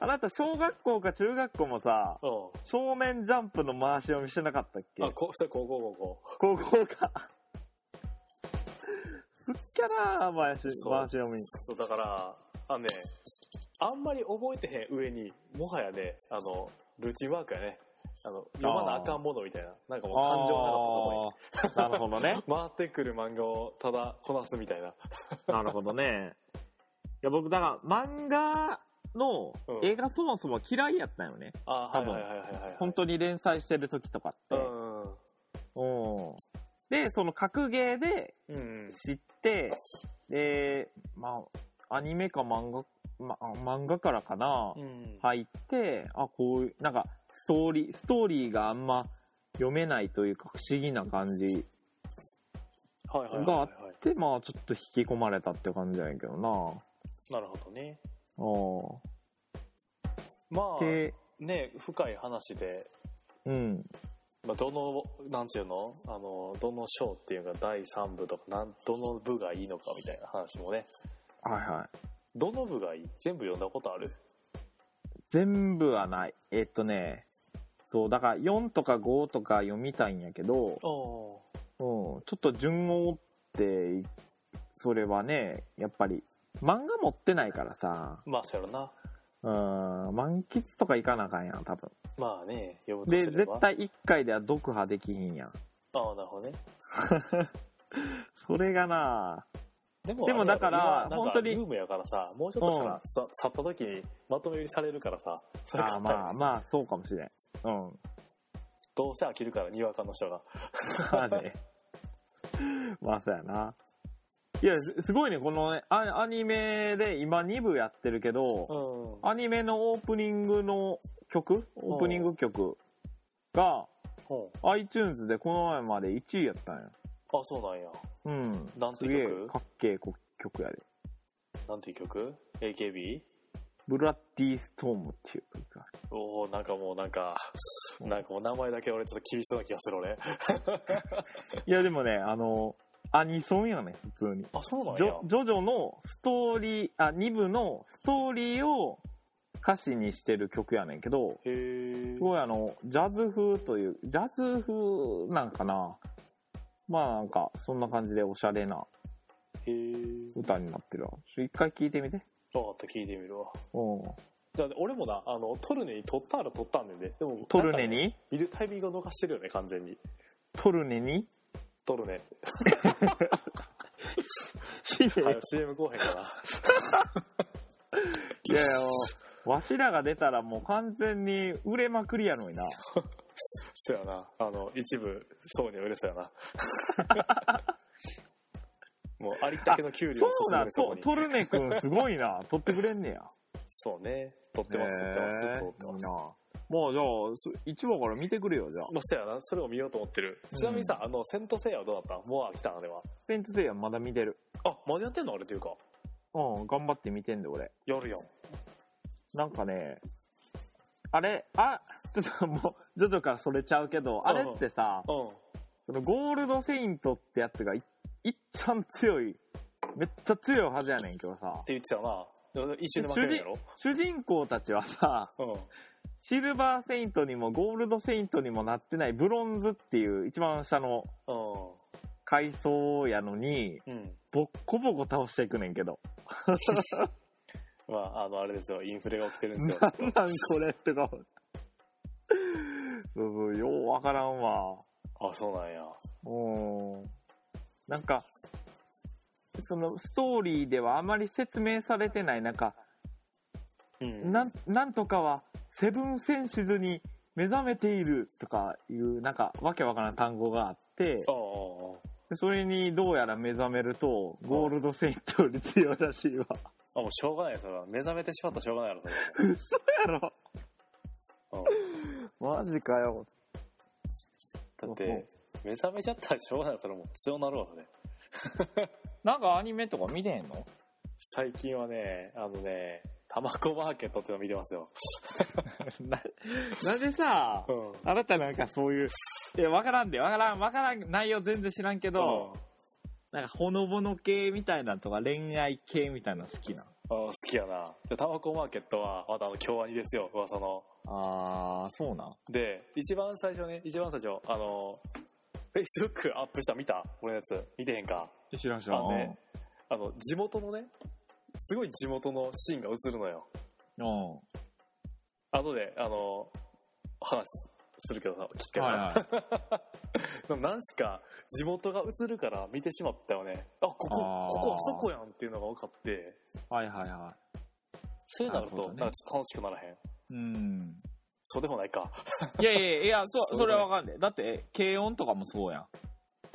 B: あなた、小学校か中学校もさ、
C: うん。
B: 正面ジャンプの回し読みしてなかったっけ
C: あ、こうしたらこうこうこうこ
B: 高校か。すっきゃなー回し、回し
C: そう
B: 読み。
C: う。そう、だから、あのね、あんまり覚えてへん上に、もはやね、あの、ルーチンワークやね。あの、読まなあかんものみたいな。なんかもう感情がなかった、そこ
B: あー
C: に。
B: なるほどね。
C: 回ってくる漫画をただこなすみたいな。 [LAUGHS]
B: なるほどね。いや、僕、だから、漫画の
C: うん
B: 映画そもそも嫌いやったよね。
C: あ
B: 多
C: はい
B: 分
C: はいはいはいはい。
B: 本当に連載してる時とかって。うんで、その格ゲーで
C: うん。うん。
B: 知って、で、まあ、アニメか漫画、ま、あ漫画からかな、
C: うん。
B: 入って、あ、こういう、なんか、ストーリー、ストーリーがあんま読めないというか、不思議な感じ
C: はいはいはい
B: があ
C: は。
B: って、まあ、ちょっと引き込まれたって感じなんやけどない
C: なるほどね。
B: う
C: ま
B: ん。で、
C: あ、ね、深い話で、
B: うん。
C: まあ、どの、なんていうのあの、どの章っていうか第3部とか、なんどの部がいいのかみたいな話もね。
B: はいはい。
C: どの部がいい全部読んだことある
B: 全部はない。えっとね、そう、だから4とか5とか読みたいんやけど、
C: おお
B: うん、ちょっと順を追って、それはね、やっぱり、漫画持ってないからさ、
C: まあ、そうやろな。
B: うん、満喫とかいかなあかんやん、多分。
C: まあね、読むと
B: で、
C: すれば。
B: 絶。対1回では読破できひんやん。
C: ああ、なるほどね。
B: それがな
C: でも
B: でもだから
C: 今なん
B: 本当に
C: ルームやからさ、もうちょっとした
B: うん
C: ら、さ、去った時にまとめ売りされるからさ、それ
B: あ、あ
C: 買ったら
B: まあまあ、そうかもしれん。 [LAUGHS] うん。
C: どうせ飽きるから、にわかの人が。
B: まあね。まあ、そうやな。いや、すすごいね、このね、アアニメで今2部やってるけど、
C: うん。
B: アニメのオープニングの曲オープニング曲が、
C: ほ
B: iTunes でこの前まで1位やったんや。
C: うあ、そうなんや。
B: うん。
C: なんて
B: すげえ
C: 曲、
B: かっけえこ曲やで。
C: なんていう曲 ?AKB?
B: ブラッディストームっていう曲がある。
C: おおなんかもうなんか、なんかもう名前だけ俺ちょっと厳しそうな気がする俺。
B: いや、でもね、あの、アニソンやね、普通に。
C: あ、そうなん
B: ジ
C: や
B: ョ。ジョジョのストーリー、あ、2部のストーリーを歌詞にしてる曲やねんけど、
C: へえ。
B: すごいあの、ジャズ風という、ジャズ風なんかな。まあなんか、そんな感じでおしゃれな
C: へえ。
B: 歌になってるわ。ちょ一回聴いてみて。
C: わかった、聞いてみるわ。
B: うん。
C: だって俺もな、あの、トルネに撮ったら撮ったんでね。でも、
B: トルネ
C: なんかね
B: に
C: 見るタイミングを逃してるよね、完全に。
B: トルネに
C: トルネ。
B: い
C: はい、CM 後編かな。 [LAUGHS]
B: やいや、もうわしらが出たらもう完全に売れまくりやのにな。
C: そうやな。あの、一部、そうには売れそうや
B: [LAUGHS]
C: な。もう、ありったけの給料
B: そ
C: を
B: う
C: 注
B: だ
C: ぐ、そこ
B: ト
C: に。
B: トルネくんすごいな。取ってくれんねや。
C: そうね。取ってます、取ってます、
B: へー
C: 取ってます。
B: いい
C: まあ、
B: なもうじゃあそ、一話から見てくれよ、じゃあ。
C: そうやな。それを見ようと思ってる。
B: うん
C: ちなみにさ、あの、セントセイヤはどうだったもう飽きたな、あれは。
B: セントセイヤまだ見てる。
C: あ、まだやってんのあれというか。
B: うん、頑張って見てんで、俺。
C: やるやん。
B: なんかね、あれ、あ、ちょっともう、ジョジョからそれちゃうけど、あれってさ、
C: うん。
B: そのゴールドセイントってやつがい、いっちゃん強い。めっちゃ強いはずやねんけどさ、
C: って言ってたな。一瞬で負けるんやろ
B: 主人公たちはさ、
C: うん。
B: シルバーセイントにもゴールドセイントにもなってないブロンズっていう一番下の階層やのに、
C: うん。うん。
B: ボッコボコ倒していくねんけど。
C: まあ、あの、あれですよ。インフレが起きてるん [LAUGHS] ですよ。
B: なんなんこれって [LAUGHS] か。そうそう、ようわからんわ。
C: あ、そうなんや。
B: うん。なんか、そのストーリーではあまり説明されてない、なんか、
C: うん。
B: なんなんとかはセブンセンシズに目覚めているとかいう、なんかわけわからん単語があって
C: あ、あ。
B: でそれにどうやら目覚めると、ゴールドセイントより強いらしいわ。
C: あ、もうしょうがないよ、それは。目覚めてしまったらしょうがないやろ、それ
B: やろ
C: は。 [LAUGHS]
B: マジかよ。
C: だっ
B: そうそう
C: て、目覚めちゃったらしょうがない。それもう強なるわ、それ。
B: なんかアニメとか見てへんの
C: 最近はね、あのね、タマコマーケットっての見てますよ。
B: [LAUGHS] な、なんでさ、
C: うん。
B: あなたなんかそういう、いや、わからんで、わからん、わからん、内容全然知らんけど、なんかほのぼの系みたいなのとか恋愛系みたいなの好きなの
C: あ好きやな。で、タマコマーケットは、またあの、京アニですよ、噂の。
B: あー、そうなん。
C: で、一番最初ね、一番最初、あの、Facebook アップした見た俺のやつ。見てへんか
B: 知らん知
C: らんあの、地元のね、すごい地元のシーンが映るのよ。
B: うん。は
C: 後で、あの、話すするけどさ、きっか
B: い
C: けは。
B: はい。
C: でも何しか地元が映るから見てしまったよね。あ、ここ、
B: あー
C: ここあそこやんっていうのが分かって、
B: はいはいは
C: そういうのあ
B: な
C: ると、
B: るほど
C: なん
B: ね
C: かちょっと楽しくならへん。
B: い。うん。
C: そうでもないか。
B: いやいやいや、そう、
C: そ
B: そう
C: だね
B: れはわかんない。だって、軽音とかもそうやん。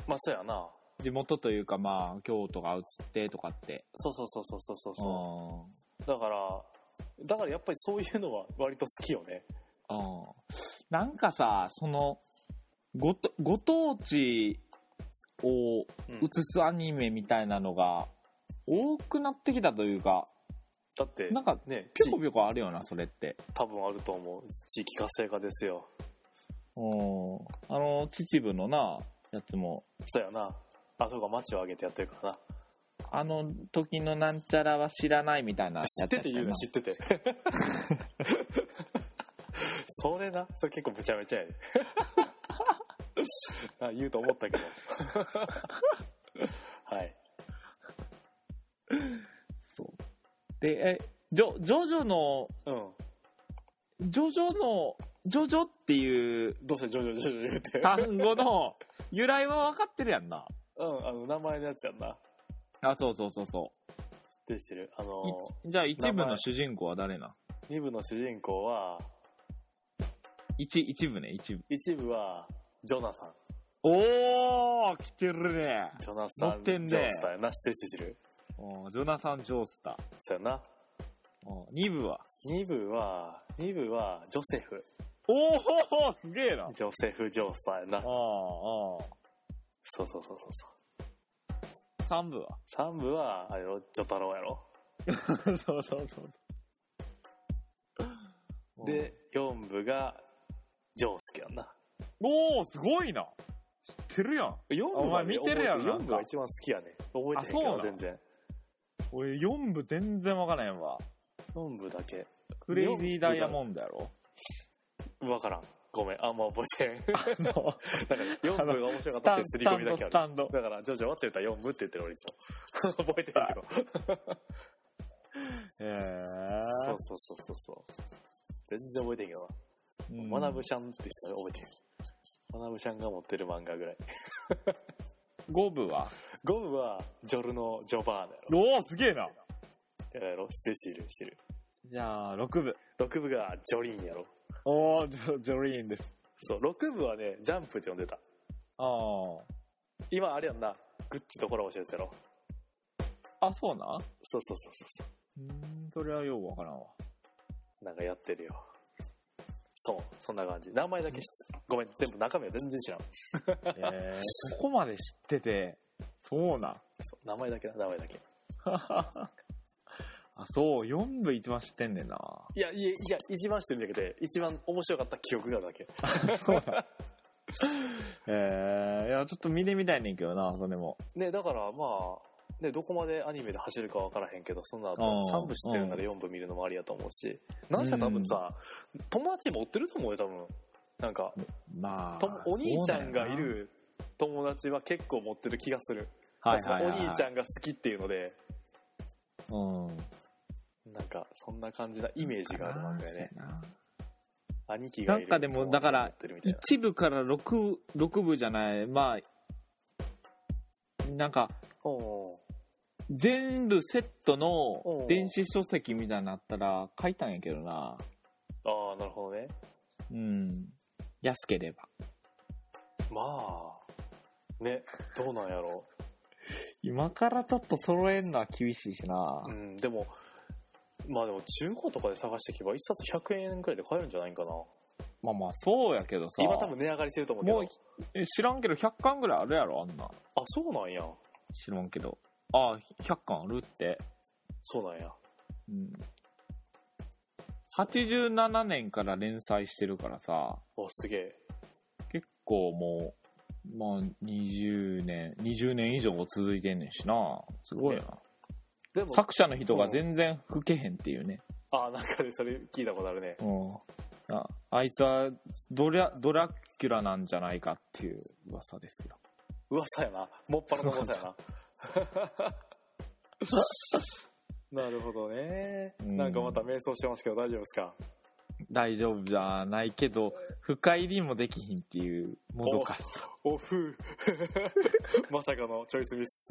C: まあ、そうやな。
B: 地元というか、まあ、京都が映ってとかって。
C: そうそうそうそうそうそうそ
B: あ
C: う。だから、だからやっぱりそういうのは割と好きよね。
B: あ。なんかさ、その、ごと、ご当地を
C: うん
B: 映すアニメみたいなのが、多くなってきたというか、
C: だって、
B: なんか、
C: ね、
B: ぴょこぴょこあるよな、それって。
C: 地多分あると思う。地域活性化ですよ。
B: うん。あの、秩父のな、やつも、
C: そうやな。あ、そうか、街を挙げてやってるからな。
B: あの時のなんちゃらは知らないみたいなやつ
C: 知
B: や
C: っ
B: った
C: て
B: よ
C: て言うの知ってて。それな、それ結構むちゃめちゃやで。 [LAUGHS] あ言うと思ったけど。はい。
B: そうでえジョジョジョの
C: うん。
B: ジョジョのジョジョっていう
C: どうせ徐々に徐々に言うて。
B: 単語の [LAUGHS] 由来は分かってるやんな
C: うん、あの、名前のやつやんな。
B: あそうそうそうそ
C: 知ってる知ってる。あの
B: う、いじゃあ一部
C: 名前
B: の主人公は誰な
C: 二部の主人公は、
B: 一一部ね一部
C: 一部は、ジョナサン。
B: おお来てるね
C: ジョナサ
B: 乗
C: ン、
B: ってんね
C: ジョースターやな。知ってる知ってる。
B: おージョナサン・ジョースター
C: そうやな。
B: おー二部は
C: 二部は、二部は、ジョセフ。
B: おおすげえなあ
C: ジョセフ・ジョースターやな
B: あ。あ
C: そうそうそうそうそう。
B: あ三部は
C: 三部は、あれよ、ジョタロウやろ。
B: そうそうそうそう
C: で、四部が、ジョウスケやんな。
B: おおすごいな知ってるやん
C: 四部はね
B: お前見てるやろ
C: 覚え四部が一番好きやね。覚えてへん
B: あ
C: け
B: そう
C: ど、
B: なん
C: 全然。
B: 俺4部全然わからへんわ
C: 四部だけ。
B: クレイジーダイヤモンドや
C: [LAUGHS]
B: ろ
C: わからん。ごめん、あんま [LAUGHS] 覚えてへ
B: あの
C: ん。だから、四部が面白かったってすり込みだけあ
B: ス
C: る。
B: タンド
C: だから、ジョジョはって言ったら四部って言ってる俺いつも。 [LAUGHS] 覚えてへんけど。
B: へえ
C: そうそうそうそうそう。全然覚えてへんけど
B: うん
C: な。マナブシャンって人が覚えてへん。マナブシャンが持ってる漫画ぐらい。
B: 5部は
C: 五部は、ジョルノ・ジョバーナやろ。
B: おおすげえな
C: やろ、してるしてるしてる。
B: じゃあ6部
C: 6部がジョリーンやろ
B: おおジョジョリーンです
C: そう6部はねジャンプって呼んでた
B: あ
C: 今あれやんなグッチとコラボしてるやつやろ
B: ああそうな
C: そうそうそうそうそう
B: ーんそれはようわからん
C: [LAUGHS]
B: わ
C: うなんかやってるよそうそんな感じ名前だけ知ってごめんでも中身は全然知らん
B: ええそこまで知っててそうなん
C: そう名前だけな名前だけ
B: あそう4部一番知ってんねんない
C: やいやいや一番知ってるんだけど一番面白かった記憶があるだけ
B: そうだ。えー、いや、ちょっと見てみたいねんけどな、それも。
C: ねだからまあねどこまでアニメで走るかわからへんけどそんな
B: あ
C: の
B: ー
C: 3部知ってるなら4部見るのもありやと思うしなんか多分さ友達も追ってると思うよ多分なんか
B: まあ
C: とも、お兄ちゃんがい
B: そう
C: る友達は結構持ってる気がする、
B: だよな。はいはい、はい。
C: そのお兄ちゃんが好きっていうので
B: ん。うん。
C: なんかそんな感じなイメージがある漫画やね
B: そうやな
C: 兄貴がい
B: な
C: る
B: んかでもだから
C: 友達が持ってるみたいな
B: 一部から六六部じゃない、まあ、なんか、
C: おうお
B: 全部セット
C: お
B: の
C: う
B: 電子書籍みたいなのあったら書いたんやけどな。
C: うああなるほどね
B: うん。安ければ。
C: まあねどうなんやろ
B: 今からちょっと揃えるのは厳しいしな
C: う、う。んでもまあでも中古とかで探していけば1冊100円ぐらいで買えるんじゃないんかな
B: まあまあ、そうやけどさ。
C: 今多分値上がりしてると思うけど。
B: もうえ知らんけど、100巻ぐらいあるやろ、あんな。
C: あ、そうなんや。
B: 知らんけど。ああ、100巻あるって。
C: そうなんや。
B: うん。87年から連載してるからさ、
C: お、すげえ。
B: 結構もう、まあ、20年、20年以上も続いてんねんしな。すごいな。
C: でも、
B: 作者の人が全然吹けへんっていうね。
C: あ、なんかね、それ聞いたことあるね。
B: うん。ああいつはドラ、ドラキュラなんじゃないかっていう噂ですよ。
C: 噂やな。もっぱらの噂や [LAUGHS] な。なるほどね。
B: うん
C: なんかまた迷走してますけど大丈夫ですか
B: 大丈夫じゃないけど、深入りもできひんっていうもどかしさ。
C: おふう [LAUGHS] まさかのチョイスミス。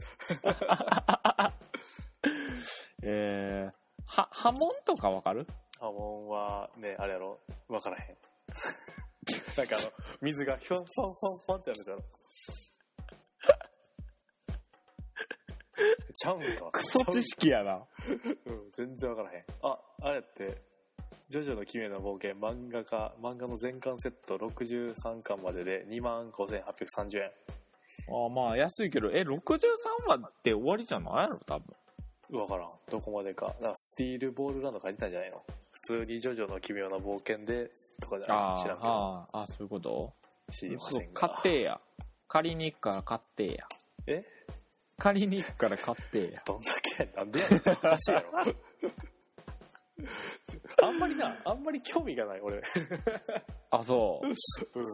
B: えー、は、波紋とかわかる
C: 波紋はね、あれやろわからへん。 [LAUGHS] なんかあの、水がひょんほんほんほんってやるじゃん。ちゃうん [LAUGHS] か。
B: クソ知識やな。
C: うん、全然わからへん。あ、あれって、ジョジョの奇妙な冒険漫画家、漫画の全巻セット63巻までで25,830円。
B: あまあ安いけど、え、63話って終わりじゃないの多分。
C: わからん。どこまでか。だからスティールボールランド書いてたんじゃないの普通にジョジョの奇妙な冒険で、とかじゃない知らんけど。
B: ああ、そういうこと
C: 知りま
B: そ
C: せ
B: うん
C: が
B: 買ってや。借りに行くから買ってや。
C: え
B: 借りに行くから買ってや。
C: どんだけやなんでやねん。おかしいやろ。あんまりな、あんまり興味がない、俺。
B: あ、そう。
C: うん。だ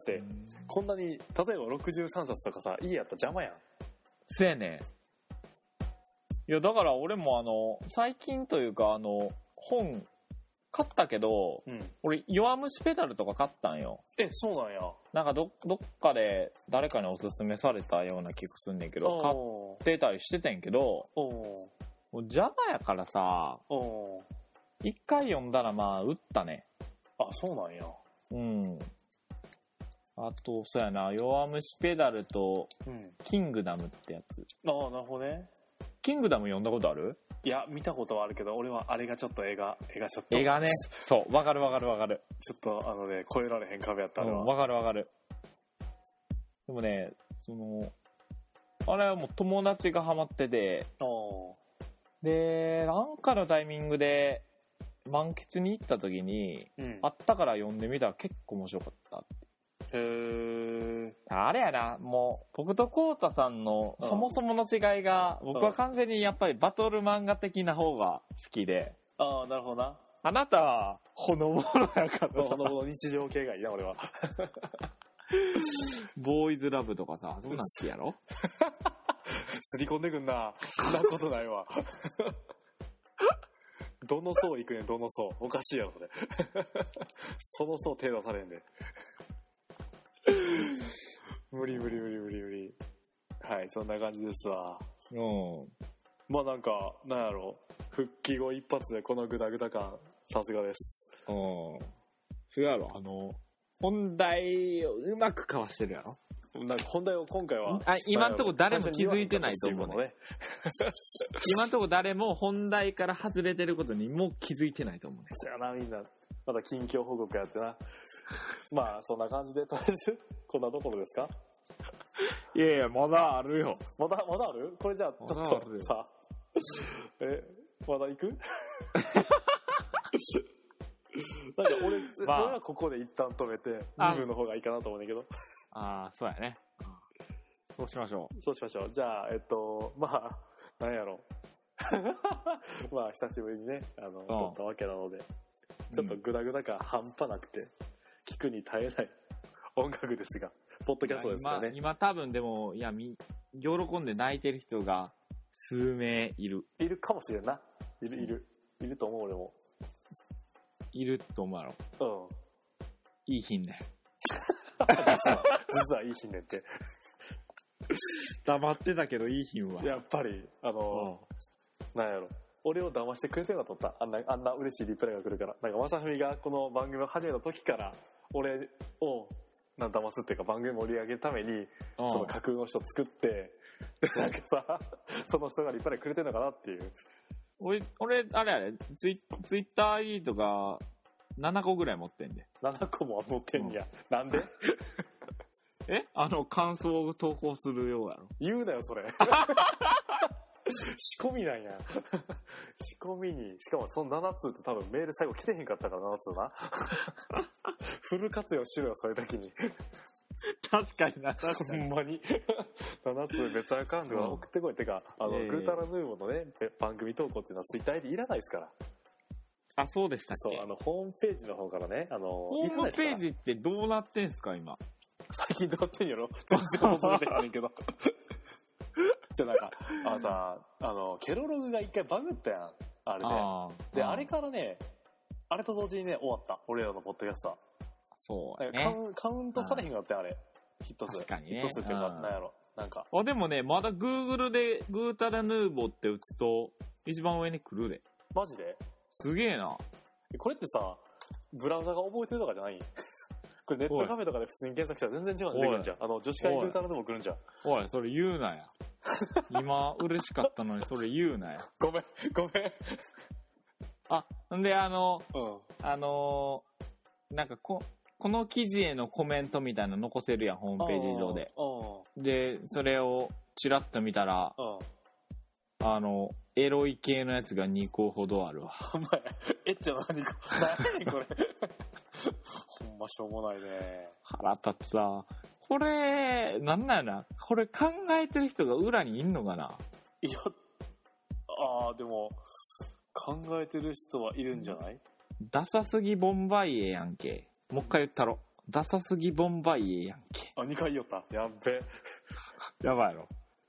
C: って、こんなに、例えば63冊とかさ、家やったら邪魔やん。
B: そやねん。いや、だから俺もあの、最近というか、あの、本、買ったけど、
C: うん。
B: 俺、弱虫ペダルとか買ったんよ。
C: え、そうなんや。
B: なんかど、どっかで誰かにおすすめされたような気がすんねんけど、買っ
C: おー
B: てたりしててんけど、
C: おー
B: もう邪魔やからさ、
C: おー
B: 一回読んだらまあ、打ったね。
C: あ、そうなんや。
B: うん。あと、そうやな、弱虫ペダルと、
C: うん。
B: キングダムってやつ。
C: ああ、なるほどね。
B: キングダム読んだことある
C: いや、見たことはあるけど、俺はあれがちょっと映画、映画ちょっと。
B: 映画ね。そう、わかるわかるわかる。
C: ちょっと、あのね、超えられへん壁やった
B: う
C: あれ
B: ん
C: は。
B: わかるわかる。でもね、その、あれはもう友達がハマってて、
C: おー
B: で、なんかのタイミングで満喫に行った時に、
C: うん
B: あったから読んでみたら結構面白かった。
C: へー
B: あれやな、もう、僕とコウタさんのそもそもの違いが、僕は完全にやっぱりバトル漫画的な方が好きで、
C: ああ、なるほどな。
B: あなたは、ほのぼのやから
C: ほのぼの日常系がいいな、俺は。
B: ボーイズラブとかさ、そんなん好きやろ
C: すり込んでくんな。そんなことないわ。 [LAUGHS] どの層行くねん、どの層。おかしいやろ、それ。 [LAUGHS] その層手出されへんで。 [LAUGHS] 無理無理無理無理無理。はい、そんな感じですわ。
B: うん。
C: まあなんか、なんやろ復帰後一発でこのグダグダ感、さすがです。
B: うん。それやろ、あの、本題をうまくかわしてるやろ
C: なんか本題を今回は。
B: あ今んとこ誰も気づいてないと思うね
C: 最初に言わなかったっていのね。
B: 今んとこ誰も本題から外れてることにもう気づいてないと思うね。
C: そやな、みんな。まだ近況報告やってな。まあ、そんな感じで、とりあえず、 [LAUGHS] こんなところですか
B: いやいや、まだあるよ。
C: まだ、まだあるこれじゃあ、ちょっ
B: まだある
C: と
B: よ
C: さ。え、まだ行くなんか俺、
B: まあ
C: 俺はここで一旦止めて、
B: あ
C: 2部の方がいいかなと思うんだけど。
B: ああ、そうやね。そうしましょ
C: そうしましょう。じゃあ、えっと、まあ、なんやろ [LAUGHS] う。まあ、久しぶりにね、あの、撮ったわけなので、
B: う。
C: ちょっとグダグダ感半端なくて、聞くに耐え [LAUGHS] ない音楽ですが、ポッドキャストですよ
B: 今
C: ね。
B: 今多分でもいやみ喜んで泣いてる人が数名いる
C: いるかもしれんな。いる、いる。いると思う、俺も。
B: いると思うやろ
C: うん。
B: いい品だよ
C: 実はいい日ねって。
B: 黙ってたけどいい品は
C: やっぱり、あの、なんやろ。俺を騙してくれてるのとった。あんな、あんな嬉しいリプライが来るから。なんか、まさふみがこの番組を始めた時から、俺を、なん騙すっていうか、番組盛り上げるために、
B: うん
C: その架空の人作って、なんかさ、その人がリプライくれてるのかなっていう。
B: 俺俺あれあれツイツイッター ID とか7個ぐらい持ってんで。
C: 7個も持ってんや。なんで
B: えあの、感想を投稿するようやろ。
C: 言うなよ、それ。 [LAUGHS] 仕込みなんや。仕込みに。しかもその7通って多分メール最後来てへんかったから7通な。 [LAUGHS] フル活用しろよ、そういう時に。
B: 確かにな、
C: ほんまに。7通別アカウントが送ってこい。てか、あの、
B: ええ
C: グータラヌーボーのね、べ番組投稿っていうのはツイッター ID いらないですから。
B: あ、そうでしたっ
C: そう、あ
B: け
C: の、ホームページの方からね、あの、
B: ホ
C: いら
B: ー
C: ない
B: ム
C: ですから
B: ページってどうなってんすか、今。
C: 最近どうなってんやろ全然訪れてへんねんけ [LAUGHS] ど。じゃあなんか、あのさ、あの、ケロログが一回バグったやん。あれで。
B: あ
C: で、
B: ー
C: あれ。からね、あれと同時にね、終わった。俺らのポッドキャストは
B: そう
C: なん
B: や
C: かカ
B: ね。
C: ウンカウントされへんかったよ、あれ。ヒット数。
B: 確かにね
C: ヒット数っていうか、
B: うん
C: なんやろ。なんか、
B: あ、でもね、まだ Google でグータラヌーボーって打つと、一番上に来るで。
C: マジです
B: げえな。
C: これってさ、ブラウザが覚えてるとかじゃないこれネットカフェとかで普通に検索したら全然違うの出てくるんじゃん。あの、女子会グータラでも来るんじゃん。
B: おい、それ言うな
C: [LAUGHS]
B: や。今、嬉しかったのにそれ言うなや。
C: ごめん、ごめん。
B: あ、んで、あの、
C: うん。
B: あのーなんかこ、この記事へのコメントみたいなの残せるやん、ホームページ上で。
C: う
B: で、それをチラッと見たら、
C: ん。うん。
B: あの、エロい系のやつが2個ほどあるわ。
C: お前、エッチャの何か、何やねんこれ。ほんましょうもないね。
B: 腹立つさ。これ、なんなんやな。これ考えてる人が裏にいんのかない
C: や、ああ、でも、考えてる人はいるんじゃない
B: ダサすぎボンバイエやんけ。もう一回言ったろ。ダサすぎボンバイエやんけ。
C: あ、2回言おった。やっべ。
B: やばいやろ。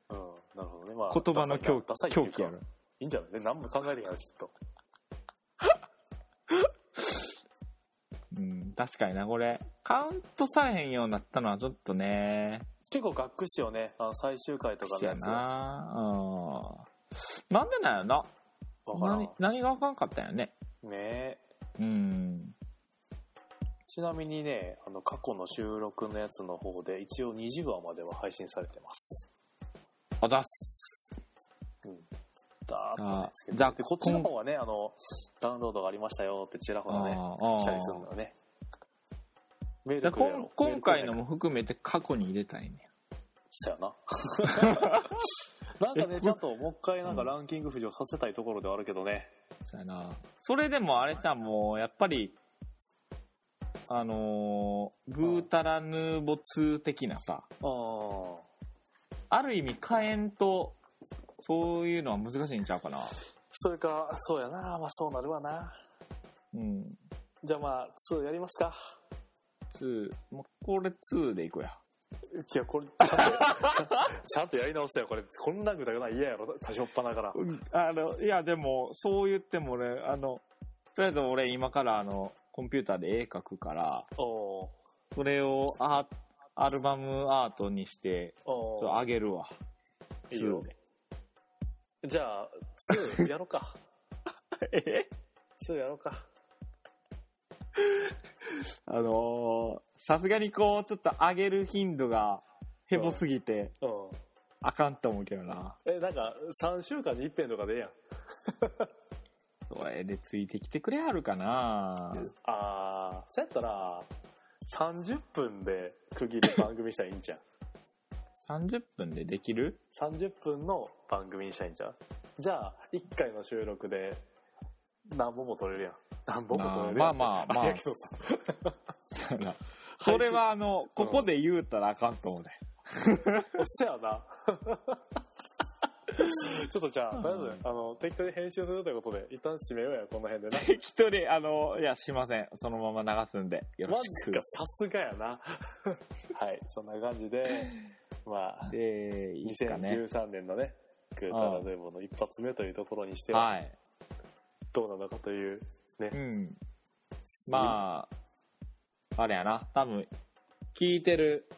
C: うん、なるほどね。まあ、
B: 言葉の狂
C: ダサい
B: 気、
C: なダサ
B: 狂
C: いって
B: 気
C: い
B: や
C: うか
B: ろ。
C: いいんじゃないで何も考えてないし、きっと。
B: うん、確かにな、これ。カウントされへんようになったのはちょっとね。
C: 結構学士をね、あの最終回とか
B: そ
C: の
B: や
C: やつが。
B: なうん。なんでなんやろな。
C: わからん。
B: 何
C: ね、
B: 何があかんかったんやね。
C: え。
B: うん。
C: ちなみにね、あの、過去の収録のやつの方で、一応20話までは配信されてます。
B: あざっす。
C: だーっとねつけて
B: じゃあ
C: でこっちの方はね、あの、ダウンロードがありましたよってちらほらね、
B: あー
C: 来たりするのね。メー
B: だ
C: ル
B: か
C: く
B: ら
C: れや
B: こん
C: ろ
B: 今回のも含めて過去に入れたいね。
C: そうやな。 [LAUGHS] なんかね、
B: え
C: ちゃんともう一回なんか
B: うん
C: ランキング浮上させたいところではあるけどね。
B: そうやな。それでもあれちゃんもう、やっぱり、あのーぐーたらヌーボ2的なさ、
C: ああ。
B: ある意味火炎と、そういうのは難しいんちゃうかな。
C: それか、そうやな。まあそうなるわな。
B: うん。
C: じゃあまあ、2やりますか。
B: 2、もうこれ2でいこうや。
C: いや、これ、ちゃんと、ちゃんちゃんとやり直せよ。これ、こんなぐだぐだ嫌やろ。最初っぱなから。
B: あの、いや、でも、そう言っても俺、あの、とりあえず俺今からあの、コンピューターで絵描くから、
C: おお
B: それをアーアルバムアートにして、
C: ー
B: ちょ
C: お
B: っ
C: ー
B: とあげるわ。
C: いいよ
B: 2で。
C: じゃあ、2やろうか。
B: え
C: 2やろうか。
B: [LAUGHS] あのーさすがにこう、ちょっと上げる頻度がヘボすぎて、
C: うん。
B: あかんと思うけどな。
C: え、なんか、3週間に一遍とかでええやん。
B: それでついてきてくれはるかな
C: あー、そうやったら、30分で区切り番組したらいいんじ
B: [LAUGHS]
C: ゃん。
B: 30分でできる
C: 30分の番組にしたいんじゃん。じゃあ、1回の収録で何本も撮れるやん。何本も撮れる
B: ま
C: や
B: あ
C: ん。
B: まあまあ
C: やけどさ
B: そうやなそれはあの、ここで言うたらあかんと思うね。
C: おっせやな。 [LAUGHS] ちょっとじゃあ、とりあえず、あの、適当に編集するということで、一旦締めようや、この辺で
B: [LAUGHS]
C: な。
B: 適当に、あの、いや、しません。そのまま流すんで、よろ
C: マ
B: し
C: ジ
B: く。
C: か、さすがやな。 [LAUGHS] はい、そんな感じで、まあ、
B: で、いいっすかね。
C: 2013年のね、クータラヌーボーの一発目というところにしては、
B: はい。
C: どうなのかという、ね
B: う。ん。まあ、あれやな。多分、聞いてる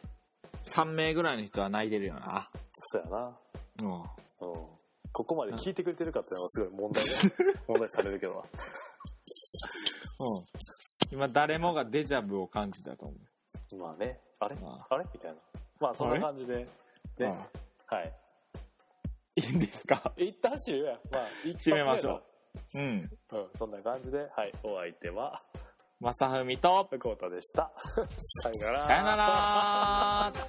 B: 3名ぐらいの人は泣いてるよな。
C: そうやな。
B: うん。
C: うん。ここまで聞いてくれてるかっていうのがすごい問
B: [LAUGHS]
C: 題だ問題されるけどな。
B: うん。今、誰もがデジャブを感じたと思
C: まあね、あれ
B: う。ま
C: あれみたいな。まあそんな感じで、
B: あ、
C: ね、はい。
B: うんいいんですか
C: 一旦締めようや。まあ、一発
B: 締
C: 目の
B: めましょうん。
C: うん、そんな感じで、はい、お相手は、
B: まさふみと、
C: [LAUGHS] コータでした。さよなら。
B: さよなら